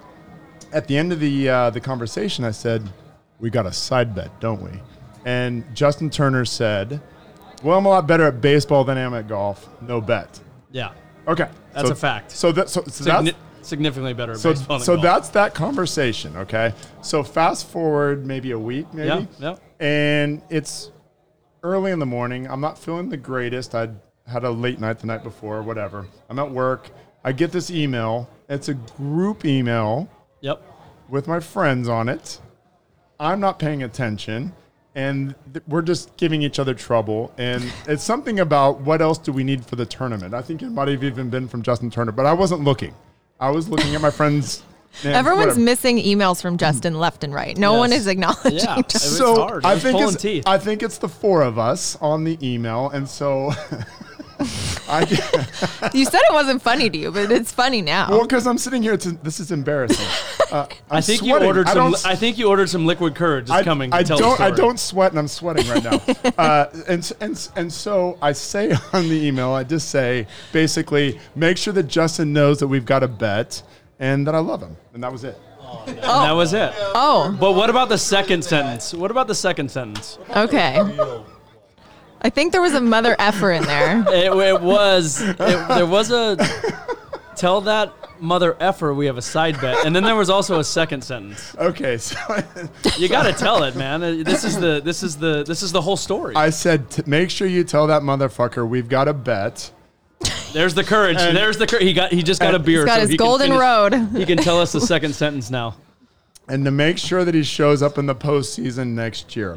at the end of the uh, the conversation, I said, we got a side bet, don't we? And Justin Turner said, well, I'm a lot better at baseball than I am at golf. No bet. yeah. Okay, That's So- a fact. So that so, so Signi- that's significantly better at so, baseball than so golf. that's that conversation okay so fast forward maybe a week maybe Yeah, yeah. and it's early in the morning i'm not feeling the greatest i had a late night the night before whatever i'm at work i get this email it's a group email Yep. with my friends on it i'm not paying attention and th- we're just giving each other trouble and it's something about what else do we need for the tournament i think it might have even been from justin turner but i wasn't looking i was looking at my friends and everyone's whatever. missing emails from Justin left and right. No one Yes. is acknowledging. Yeah. Justin. It was so hard. It I was think pulling it's teeth. I think it's the four of us on the email, and so I you said it wasn't funny to you, but it's funny now. well because I'm sitting here. It's, this is embarrassing. Uh, I I'm think you sweating. ordered I some. don't s- I, think you ordered some liquid courage. It's I, coming. I to tell the don't. I story. don't sweat, and I'm sweating right now. uh, and s- and s- and so I say on the email, I just say basically, make sure that Justin knows that we've got a bet and that I love him, and that was it. And that was it. oh, But what about the second sentence? What about the second sentence? okay. I think there was a mother effer in there. It, it was. It, there was a. Tell that mother effer we have a side bet, and then there was also a second sentence. Okay, so You got to tell it, man. Uh, This is the. This is the. This is the whole story. I said, t- make sure you tell that motherfucker we've got a bet. There's the courage. And- There's the courage. He got. He just got a beer. He's got so his he can golden finish- road. He can tell us the second sentence now. and to make sure that he shows up in the postseason next year.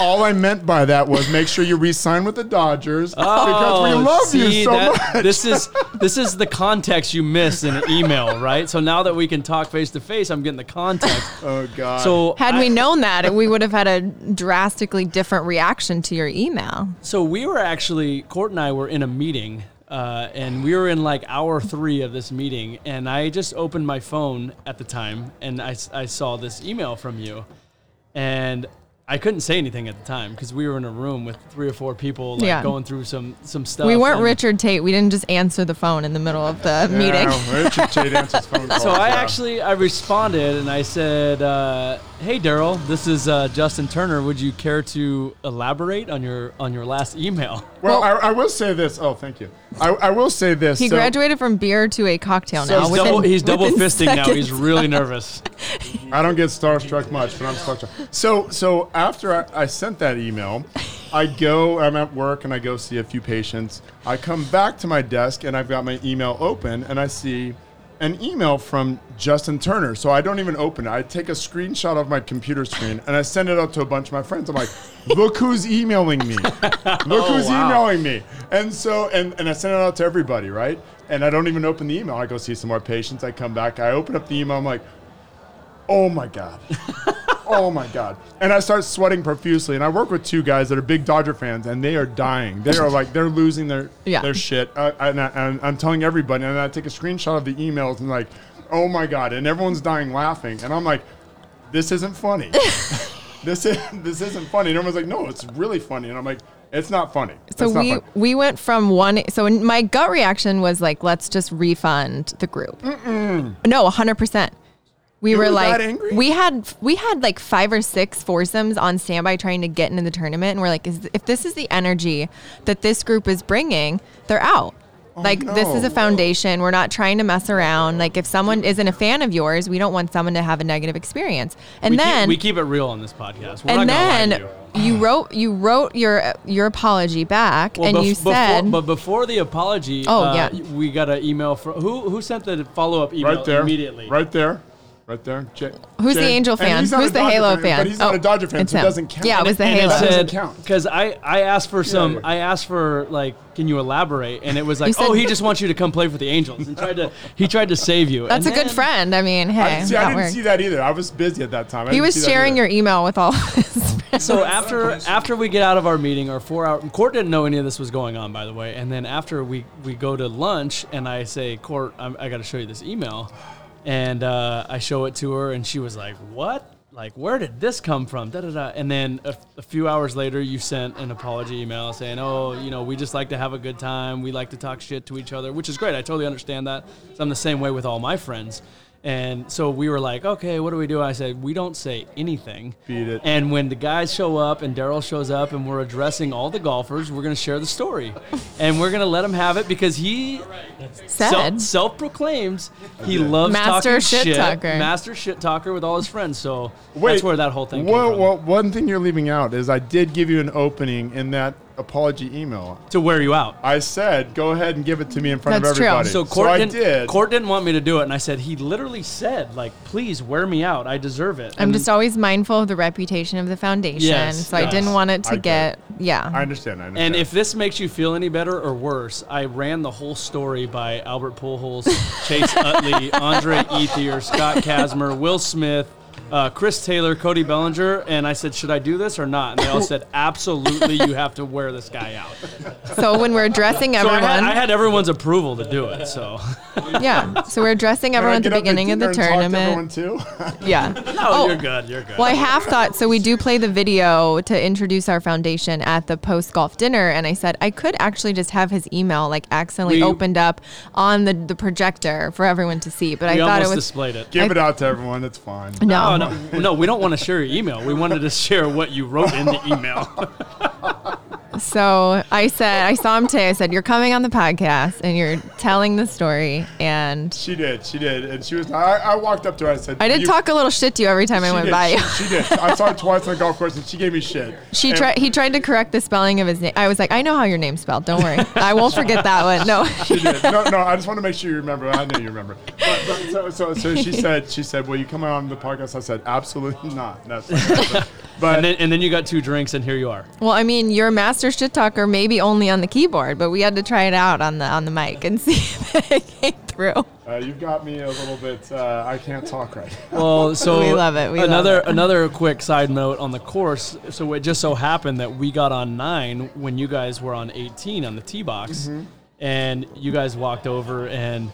All I meant by that was make sure you re-sign with the Dodgers Oh, because we love you so much. This is this is the context you miss in an email, right? So now that we can talk face to face, I'm getting the context. Oh God! So Had I- we known that, we would have had a drastically different reaction to your email. So we were actually Court and I were in a meeting, uh, and we were in like hour three of this meeting, and I just opened my phone at the time, and I, s- I saw this email from you, and I couldn't say anything at the time because we were in a room with three or four people, like Yeah. going through some some stuff. we weren't and- Richard Tate. We didn't just answer the phone in the middle of the meeting. Yeah, Richard Tate answers phone calls. So I yeah. actually I responded and I said, uh, "Hey Daryl, this is uh, Justin Turner. Would you care to elaborate on your on your last email?" Well, I, I will say this. Oh, thank you. I, I will say this. He So- graduated from beer to a cocktail So now. he's within- double, he's double within fisting now. He's seconds. really nervous. I don't get starstruck much, but I'm starstruck. So, so after I, I sent that email, I go. I'm at work and I go see a few patients. I come back to my desk and I've got my email open and I see an email from Justin Turner. So I don't even open it. I take a screenshot of my computer screen and I send it out to a bunch of my friends. I'm like, look who's emailing me. Look who's emailing me. And so, and, and I sent it out to everybody, right? And I don't even open the email. I go see some more patients. I come back. I open up the email. I'm like, oh my god oh my god and i start sweating profusely and i work with two guys that are big dodger fans and they are dying they are like they're losing their Yeah. their shit uh, and, I, and i'm telling everybody and i take a screenshot of the emails and like oh my god and everyone's dying laughing and i'm like this isn't funny this is this isn't funny and everyone's like no it's really funny and i'm like it's not funny So It's not we funny." we went from one. So in- my gut reaction was like, let's just refund the group. No, hundred percent. We were were that like, angry? we had we had like five or six foursomes on standby trying to get into the tournament, and we're like, is, if this is the energy that this group is bringing, they're out. like this is Oh, no. a foundation. We're not trying to mess around. Like if someone isn't a fan of yours, we don't want someone to have a negative experience. And we then keep, we keep it real on this podcast. We're and not gonna lie then to you. you wrote you wrote your your apology back, and bef- you before, said but before the apology, Oh, uh, yeah. we got an email from who who sent the follow up email right there immediately. right there Right there. Ja- Who's the Jay. Angel And fan? he's not Who's a the Dodger Halo fan? But he's not Oh, a Dodger fan, it's so it him. doesn't count. Yeah, it was the and Halo. it doesn't said count. because I, I asked for some yeah. I asked for like can you elaborate and it was like said- oh he just wants you to come play for the Angels and tried to he tried to save you That's And a good then- friend. I mean, hey, I, see, I that didn't worked. see that either. I was busy at that time. I he didn't see was that sharing either. your email with all his friends. So after after we get out of our meeting, our four hour court didn't know any of this was going on, by the way. And then after we we go to lunch, and I say, court, I'm, I got to show you this email, and uh, I show it to her, and she was like, what? Like, where did this come from? Da, da, da. And then a, a few hours later, you sent an apology email saying, Oh, you know, we just like to have a good time. We like to talk shit to each other, which is great. I totally understand that. So I'm the same way with all my friends. And so we were like, Okay, what do we do? I said, We don't say anything. Beat it. And when the guys show up and Daryl shows up and we're addressing all the golfers, we're going to share the story. and we're going to let him have it because he Said. self proclaims he loves Master talking shit talker. Master shit talker with all his friends. So Wait, that's where that whole thing Well, came from. well, one thing you're leaving out is I did give you an opening in that apology email. to wear you out. I said, go ahead and give it to me in front That's of true. everybody. So court I didn't, did. court didn't want me to do it, and I said he literally said like, "Please wear me out. I deserve it." I'm And just always mindful of the reputation of the foundation, Yes, so I yes. didn't want it to I get get yeah. I understand. I understand. And if this makes you feel any better or worse, I ran the whole story by Albert Pujols, Chase Utley, Andre Ethier, Scott Kazmir, Will Smith, uh, Chris Taylor, Cody Bellinger, and I said, "Should I do this or not?" And they all said, "Absolutely, you have to wear this guy out." so when we're addressing So I everyone, Oh, had, I had everyone's approval to do it. So yeah, so we're addressing Can I everyone at the get up to beginning of the dinner and talk to tournament. everyone too? Yeah. oh, you're good. You're good. Well, I half thought so. We do play the video to introduce our foundation at the post golf dinner, and I said I could actually just have his email like accidentally We- opened up on the, the projector for everyone to see, but I we thought almost it was displayed it. give it out to everyone. It's fine. no. Oh, no, no, we don't want to share your email. We wanted to share what you wrote in the email. So I said, I saw him today. I said, You're coming on the podcast and you're telling the story. And She did. She did. And she was, I, I walked up to her. I said, I did "You- talk a little shit to you every time I she went did, by you. She, she did. I saw her twice on the golf course and she gave me shit. She And- tried. He tried to correct the spelling of his name. I was like, I know how your name's spelled. Don't worry, I won't forget that one. No, She did. No, no. I just want to make sure you remember. I know you remember. But, but so, so, so she said, she said, "Will you come on the podcast?" I said, "Absolutely not." That's but And then, and then you got two drinks, and here you are. Well, I mean, you're a master shit talker, maybe only on the keyboard, but we had to try it out on the on the mic and see if it came through. uh, you've got me a little bit. Uh, I can't talk right. now. Well, Oh, so We love it, we love another it. another quick side note on the course. So it just so happened that we got on nine when you guys were on eighteen on the tee box, Mm-hmm. and you guys walked over and,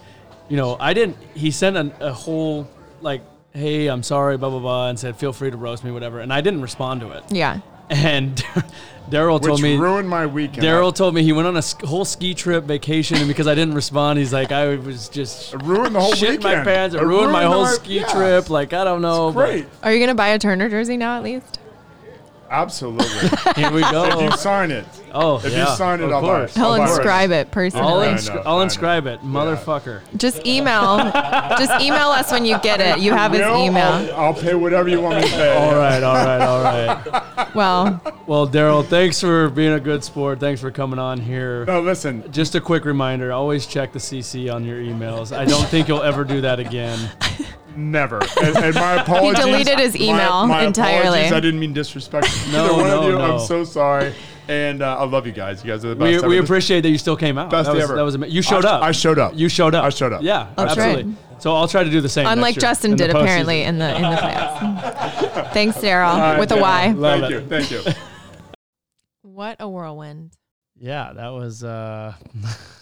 you know, I didn't. He sent an, a whole like, "Hey, I'm sorry," blah blah blah, and said, "Feel free to roast me, whatever," and I didn't respond to it. Yeah, And Daryl told Which me ruined my weekend. Daryl told me he went on a s- whole ski trip vacation, and because I didn't respond, he's like, I was just It ruined the whole shit weekend. my pants. It, ruined, my whole ski yeah. trip. Like I don't know. but Great. are you gonna buy a Turner jersey now at least? Absolutely. Here we go. you sign it. oh, If yeah, you sign it, of I'll buy course. it. He'll I'll buy inscribe it personally. I'll, I inscri- know, I'll I know. inscribe it, motherfucker. just email, just email us when you get it. You have his Will, email. I'll, I'll pay whatever you want me to pay. All right, all right, all right. Well, Well, Daryl, thanks for being a good sport. Thanks for coming on here. No, listen. Just a quick reminder: always check the CC on your emails. I don't think you'll ever do that again. Never. And, and my apologies. deleted his My- email my entirely. apologies. I didn't mean disrespect. No, Either one no, of you. no. I'm so sorry. And uh, I love you guys. You guys are the best. We, ever. we This- appreciate that you still came out. Best that was, ever. That was ama- you showed I- up. I showed up. You showed up. I showed up. Yeah, That's right. absolutely. So I'll try to do the same. unlike next year Justin in the did postseason. apparently in the in the playoffs. Thanks, Daryl, with a Y. Thank Love you. it. Thank you. What a whirlwind. Yeah, that was. Uh,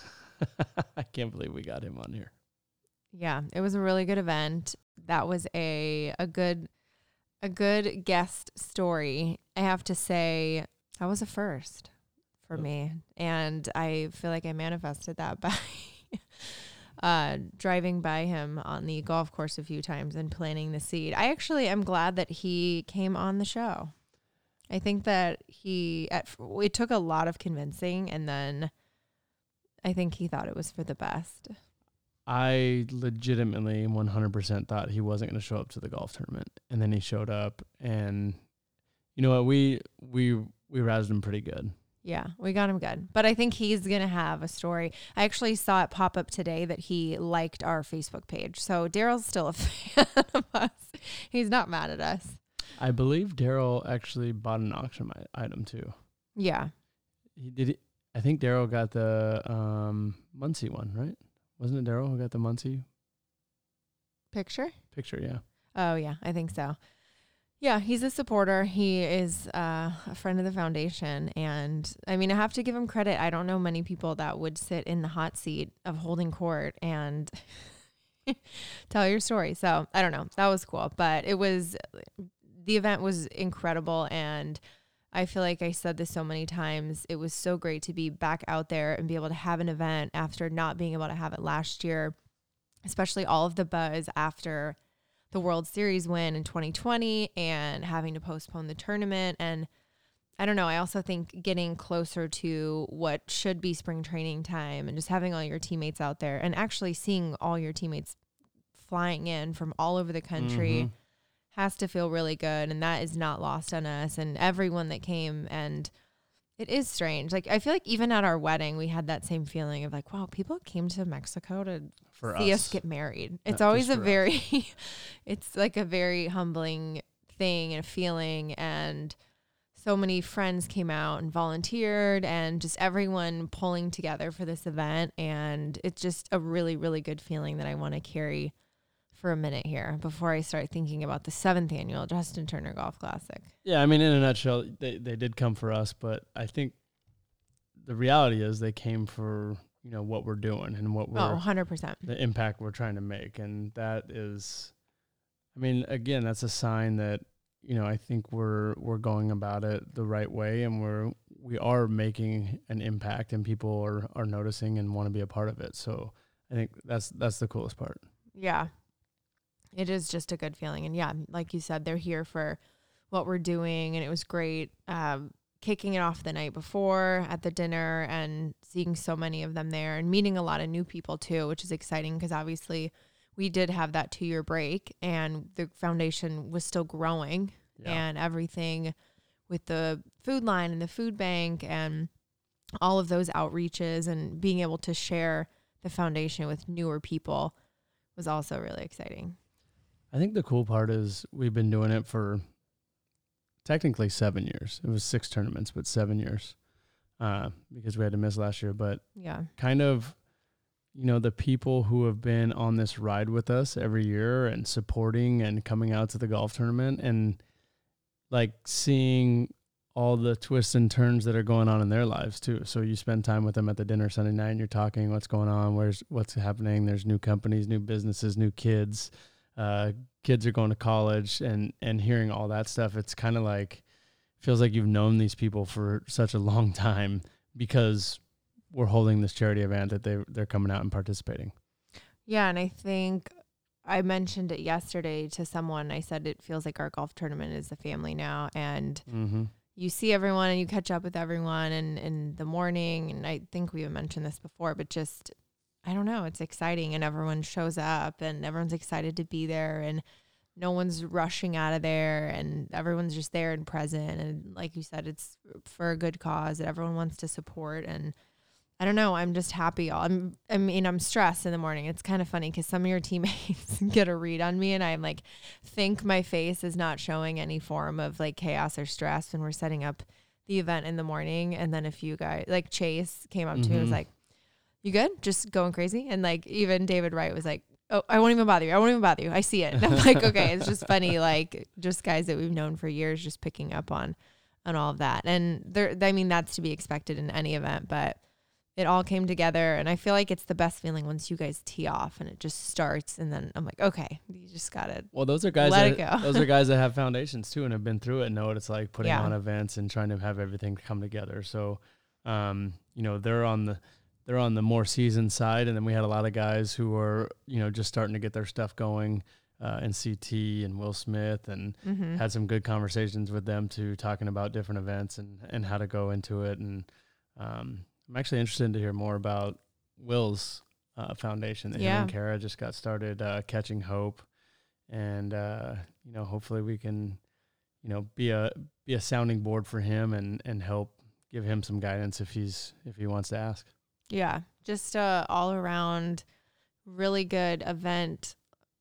I can't believe we got him on here. Yeah, it was a really good event. That was a a good a good guest story. I have to say that was a first for me. And I feel like I manifested that by uh driving by him on the golf course a few times and planting the seed. I actually am glad that he came on the show. I think that he at f- it took a lot of convincing and then I think he thought it was for the best. I legitimately 100% thought he wasn't going to show up to the golf tournament, and then he showed up, and you know what? We we we roused him pretty good. Yeah, we got him good. But I think he's going to have a story. I actually saw it pop up today that he liked our Facebook page. So Daryl's still a fan of us. He's not mad at us. I believe Daryl actually bought an auction i- item too. Yeah. He did. It, I think Daryl got the um, Muncie one, right? Wasn't it Daryl who got the Muncie Picture? picture? Yeah. Oh, yeah. I think so. Yeah, he's a supporter. He is uh, a friend of the foundation. And I mean, I have to give him credit. I don't know many people that would sit in the hot seat of holding court and tell your story. So I don't know. That was cool. But it was the event was incredible and I feel like I said this so many times. It was so great to be back out there and be able to have an event after not being able to have it last year, especially all of the buzz after the World Series win in 2020 and having to postpone the tournament. And I don't know, I also think getting closer to what should be spring training time and just having all your teammates out there and actually seeing all your teammates flying in from all over the country Mm-hmm. has to feel really good and that is not lost on us and everyone that came and it is strange like i feel like even at our wedding we had that same feeling of like wow people came to mexico to For see us. us. get married it's just always a for us. very it's like a very humbling thing and a feeling and so many friends came out and volunteered and just everyone pulling together for this event and it's just a really really good feeling that i want to carry for a minute here before I start thinking about the seventh annual Justin Turner Golf Classic. Yeah, I mean, in a nutshell, they, they did come for us, but I think the reality is they came for you know what we're doing and what we're Oh, 100%. the impact we're trying to make, and that is, I mean, again, that's a sign that you know I think we're we're going about it the right way, and we're we are making an impact, and people are are noticing and want to be a part of it. So I think that's that's the coolest part. Yeah. It is just a good feeling. And yeah, like you said, they're here for what we're doing. And it was great um, kicking it off the night before at the dinner and seeing so many of them there and meeting a lot of new people too, which is exciting because obviously we did have that two year break and the foundation was still growing and everything with the food line and the food bank and all of those outreaches and being able to share the foundation with newer people was also really exciting. I think the cool part is we've been doing it for technically seven years. It was six tournaments, but seven years uh, because we had to miss last year. But Yeah. kind of, you know, the people who have been on this ride with us every year and supporting and coming out to the golf tournament and like seeing all the twists and turns that are going on in their lives too. So you spend time with them at the dinner Sunday night and you're talking what's going on, where's what's happening. There's new companies, new businesses, new kids. Uh, kids are going to college and and hearing all that stuff. It's kind of like feels like you've known these people for such a long time because we're holding this charity event that they they're coming out and participating. Yeah, and I think I mentioned it yesterday to someone. I said it feels like our golf tournament is the family now, and Mm-hmm. you see everyone and you catch up with everyone, and in the morning. And I think we even mentioned this before, but just I don't know, it's exciting, and everyone shows up, and everyone's excited to be there, and no one's rushing out of there, and everyone's just there and present, and like you said, it's for a good cause that everyone wants to support, and I don't know. I'm just happy. I'm. I mean, I'm stressed in the morning. It's kind of funny because some of your teammates get a read on me, and I'm like, think my face is not showing any form of like chaos or stress. when we're setting up the event in the morning, and then if you guys like Chase came up to me and was Mhm. like, "You good? Just going crazy?" And like even David Wright was like, "Oh, I won't even bother you. I won't even bother you. I see it." And I'm like, "Okay." It's just funny, like just guys that we've known for years, just picking up on on all of that, and there. I mean, that's to be expected in any event, but it all came together and i feel like it's the best feeling once you guys tee off and it just starts and then i'm like okay you just gotta Well, those are guys. Let that, it go. those are guys that have foundations too and have been through it and know what it's like putting Yeah. on events and trying to have everything come together. So, um, you know, they're on the they're on the more seasoned side, and then we had a lot of guys who are you know just starting to get their stuff going. Uh, and CT and Will Smith and Mhm. had some good conversations with them too, talking about different events and and how to go into it. And um, I'm actually interested to hear more about Will's uh, foundation that him Yeah. and Kara just got started uh, catching hope and uh, you know hopefully we can you know be a be a sounding board for him and and help give him some guidance if he's if he wants to ask yeah just a all around really good event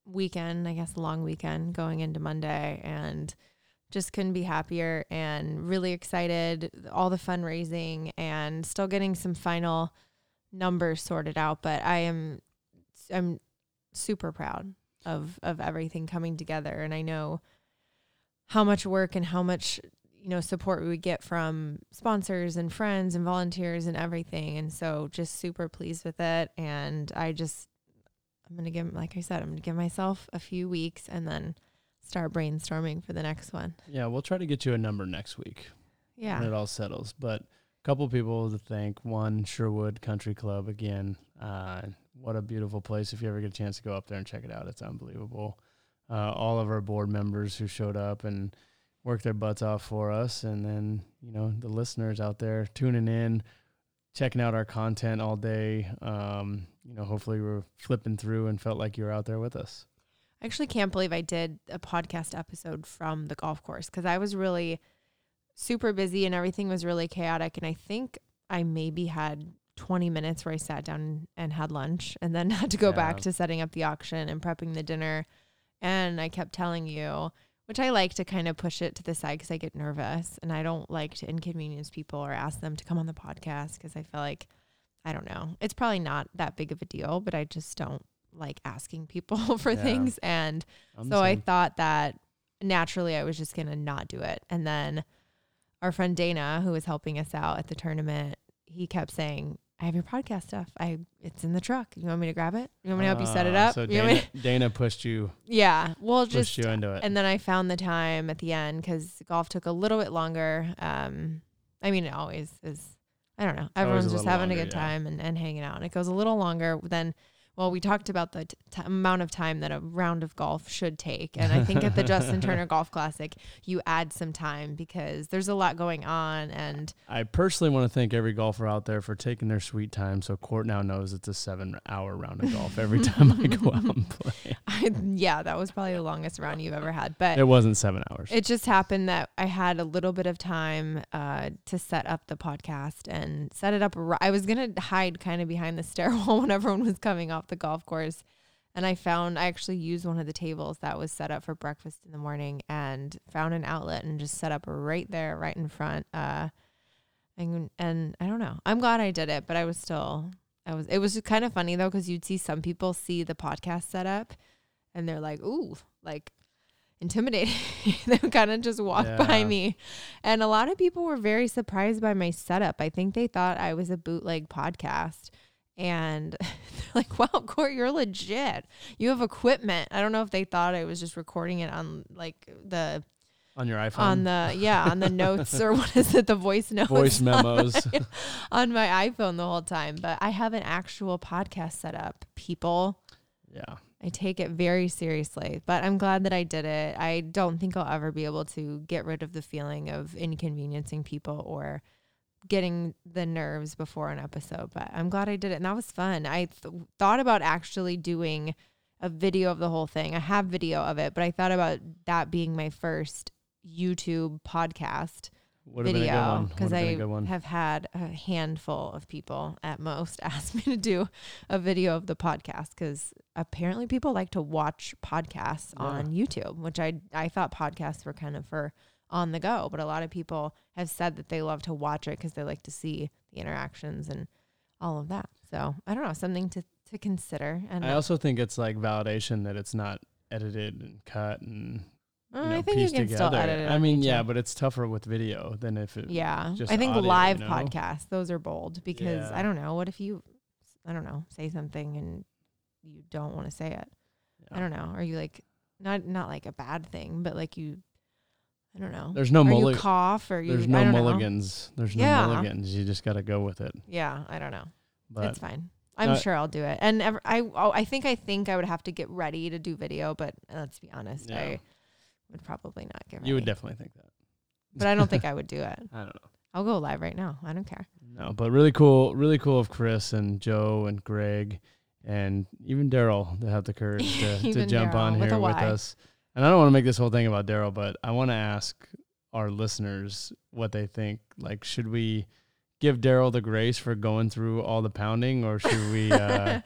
weekend i guess long weekend going into monday and just couldn't be happier and really excited all the fundraising and still getting some final numbers sorted out but i am i'm super proud of of everything coming together and i know how much work and how much you know support we would get from sponsors and friends and volunteers and everything and so just super pleased with it and i just i'm gonna give like i said i'm gonna give myself a few weeks and then start brainstorming for the next one yeah we'll try to get you a number next week yeah when it all settles but a couple people to thank one sherwood country club again uh, what a beautiful place if you ever get a chance to go up there and check it out it's unbelievable uh, all of our board members who showed up and worked their butts off for us and then you know the listeners out there tuning in checking out our content all day um, you know hopefully we're flipping through and felt like you were out there with us I actually can't believe I did a podcast episode from the golf course because I was really super busy and everything was really chaotic. And I think I maybe had 20 minutes where I sat down and had lunch and then had to go back Yeah. to setting up the auction and prepping the dinner. And I kept telling you, which I like to kind of push it to the side because I get nervous and I don't like to inconvenience people or ask them to come on the podcast because I feel like, I don't know, it's probably not that big of a deal, but I just don't like asking people for Yeah. things. And I'm so I saying- thought that naturally I was just going to not do it. And then our friend Dana, who was helping us out at the tournament, he kept saying, I have your podcast stuff. I it's in the truck. You want me to grab it? You want me to help you set it Ah, up? so You want me dana, dana pushed you to-" yeah. Well, pushed just you into it and then I found the time at the end because golf took a little bit longer. Um, I mean, it always is. I don't know. Always a Everyone's just little having a longer, good yeah. time and, and hanging out, and it goes a little longer than Well, we talked about the t- t- amount of time that a round of golf should take. And I think at the Justin Turner Golf Classic, you add some time because there's a lot going on. And I personally want to thank every golfer out there for taking their sweet time. So Court now knows it's a seven-hour round of golf every time I go out and play. I, yeah, that was probably the longest round you've ever had. But It wasn't seven hours. It just happened that I had a little bit of time uh, to set up the podcast and set it up. ri- I was going to hide kind of behind the stairwell when everyone was coming off the golf course. And I found, I actually used one of the tables that was set up for breakfast in the morning and found an outlet and just set up right there, right in front. Uh, and, and I don't know. I'm glad I did it, but I was still, I was, it was kind of funny though, because you'd see some people see the podcast set up and they're like, ooh, like intimidated. they kind of just walked by Yeah. me. And a lot of people were very surprised by my setup. I think they thought I was a bootleg podcast. And they're like, wow, Court, you're legit. You have equipment. I don't know if they thought I was just recording it on like the on your iPhone. on the yeah, on the notes or what is it, the voice notes. voice memos. on my iPhone the whole time. But I have an actual podcast set up, people. yeah. I take it very seriously, but I'm glad that I did it. I don't think I'll ever be able to get rid of the feeling of inconveniencing people or getting the nerves before an episode, but I'm glad I did it. And that was fun. I th- thought about actually doing a video of the whole thing. I have video of it, but I thought about that being my first YouTube podcast Would have been a good video one. because Would've been a I good one. have had a handful of people at most ask me to do a video of the podcast because apparently people like to watch podcasts on YouTube, which I I thought podcasts were kind of for on the go, but a lot of people have said that they love to watch it because they like to see the interactions and all of that. So I don't know, something to to consider. And I also think it's like validation that it's not edited and cut and uh, you know, I think you pieced can together. still edit it. I on mean, YouTube. yeah, but it's tougher with video than if it. Yeah. just I think audio, live you know? podcasts, those are bold because Yeah. I don't know. What if you, I don't know, say something and you don't want to say it? I Yeah. don't know. Are you like, not not like a bad thing, but like you, I don't know. There's no Or mulli- you cough or you, There's I no don't know. mulligans. There's no Yeah. mulligans. You just got to go with it. Yeah. I don't know. But it's fine. I'm uh, sure I'll do it. And ever, I, oh, I think I think I would have to get ready to do video, but uh, let's be honest, Yeah. I would probably not get ready. you would definitely think that. but I don't think I would do it. I don't know. I'll go live right now. I don't care. No, but really cool, really cool of Chris and Joe and Greg and even Daryl to have the courage to, to Even jump on Daryl with a here with Y. us. And I don't want to make this whole thing about Daryl, but I want to ask our listeners what they think. Like, should we give Daryl the grace for going through all the pounding, or should we uh,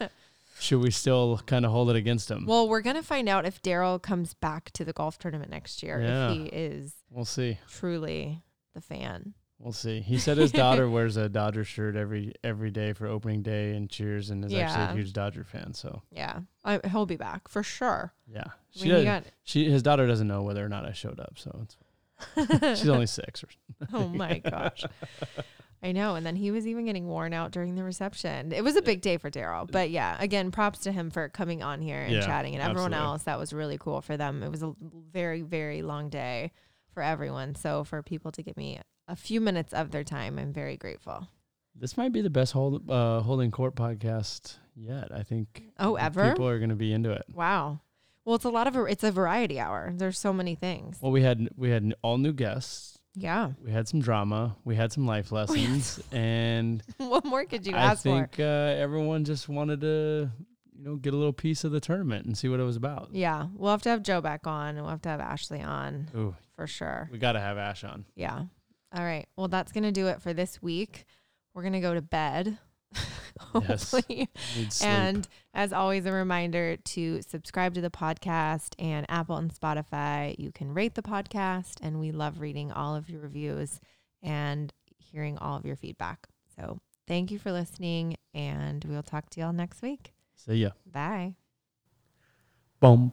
should we still kind of hold it against him? Well, we're gonna find out if Daryl comes back to the golf tournament next year. Yeah. If he is we'll see. truly the fan. We'll see. He said his daughter wears a Dodger shirt every every day for opening day and cheers, and is Yeah. actually a huge Dodger fan. So Yeah, I, he'll be back for sure. yeah, I she mean, he does- got, She his daughter doesn't know whether or not I showed up, so it's she's only six. Or, oh my gosh, I know. And then he was even getting worn out during the reception. It was a big day for Daryl, but yeah, again, props to him for coming on here and Yeah, chatting, and everyone absolutely. else. That was really cool for them. It was a very very long day for everyone. So for people to give me a few minutes of their time, I'm very grateful. this might be the best hold, uh, holding court podcast yet. I think. Oh, I think ever? people are going to be into it. Wow. Well, it's a lot of it's a variety hour. There's so many things. Well, we had we had all new guests. Yeah. We had some drama. We had some life lessons, and what more could you I ask for? think uh, everyone just wanted to you know get a little piece of the tournament and see what it was about. Yeah. We'll have to have Joe back on and we'll have to have Ashley on Ooh, for sure. we got to have Ash on. Yeah. All right. Well, that's going to do it for this week. We're going to go to bed. Yes. Hopefully. We need sleep. And as always, a reminder to subscribe to the podcast and Apple and Spotify. You can rate the podcast, and we love reading all of your reviews and hearing all of your feedback. So thank you for listening, and we'll talk to y'all next week. see ya. Bye. Bum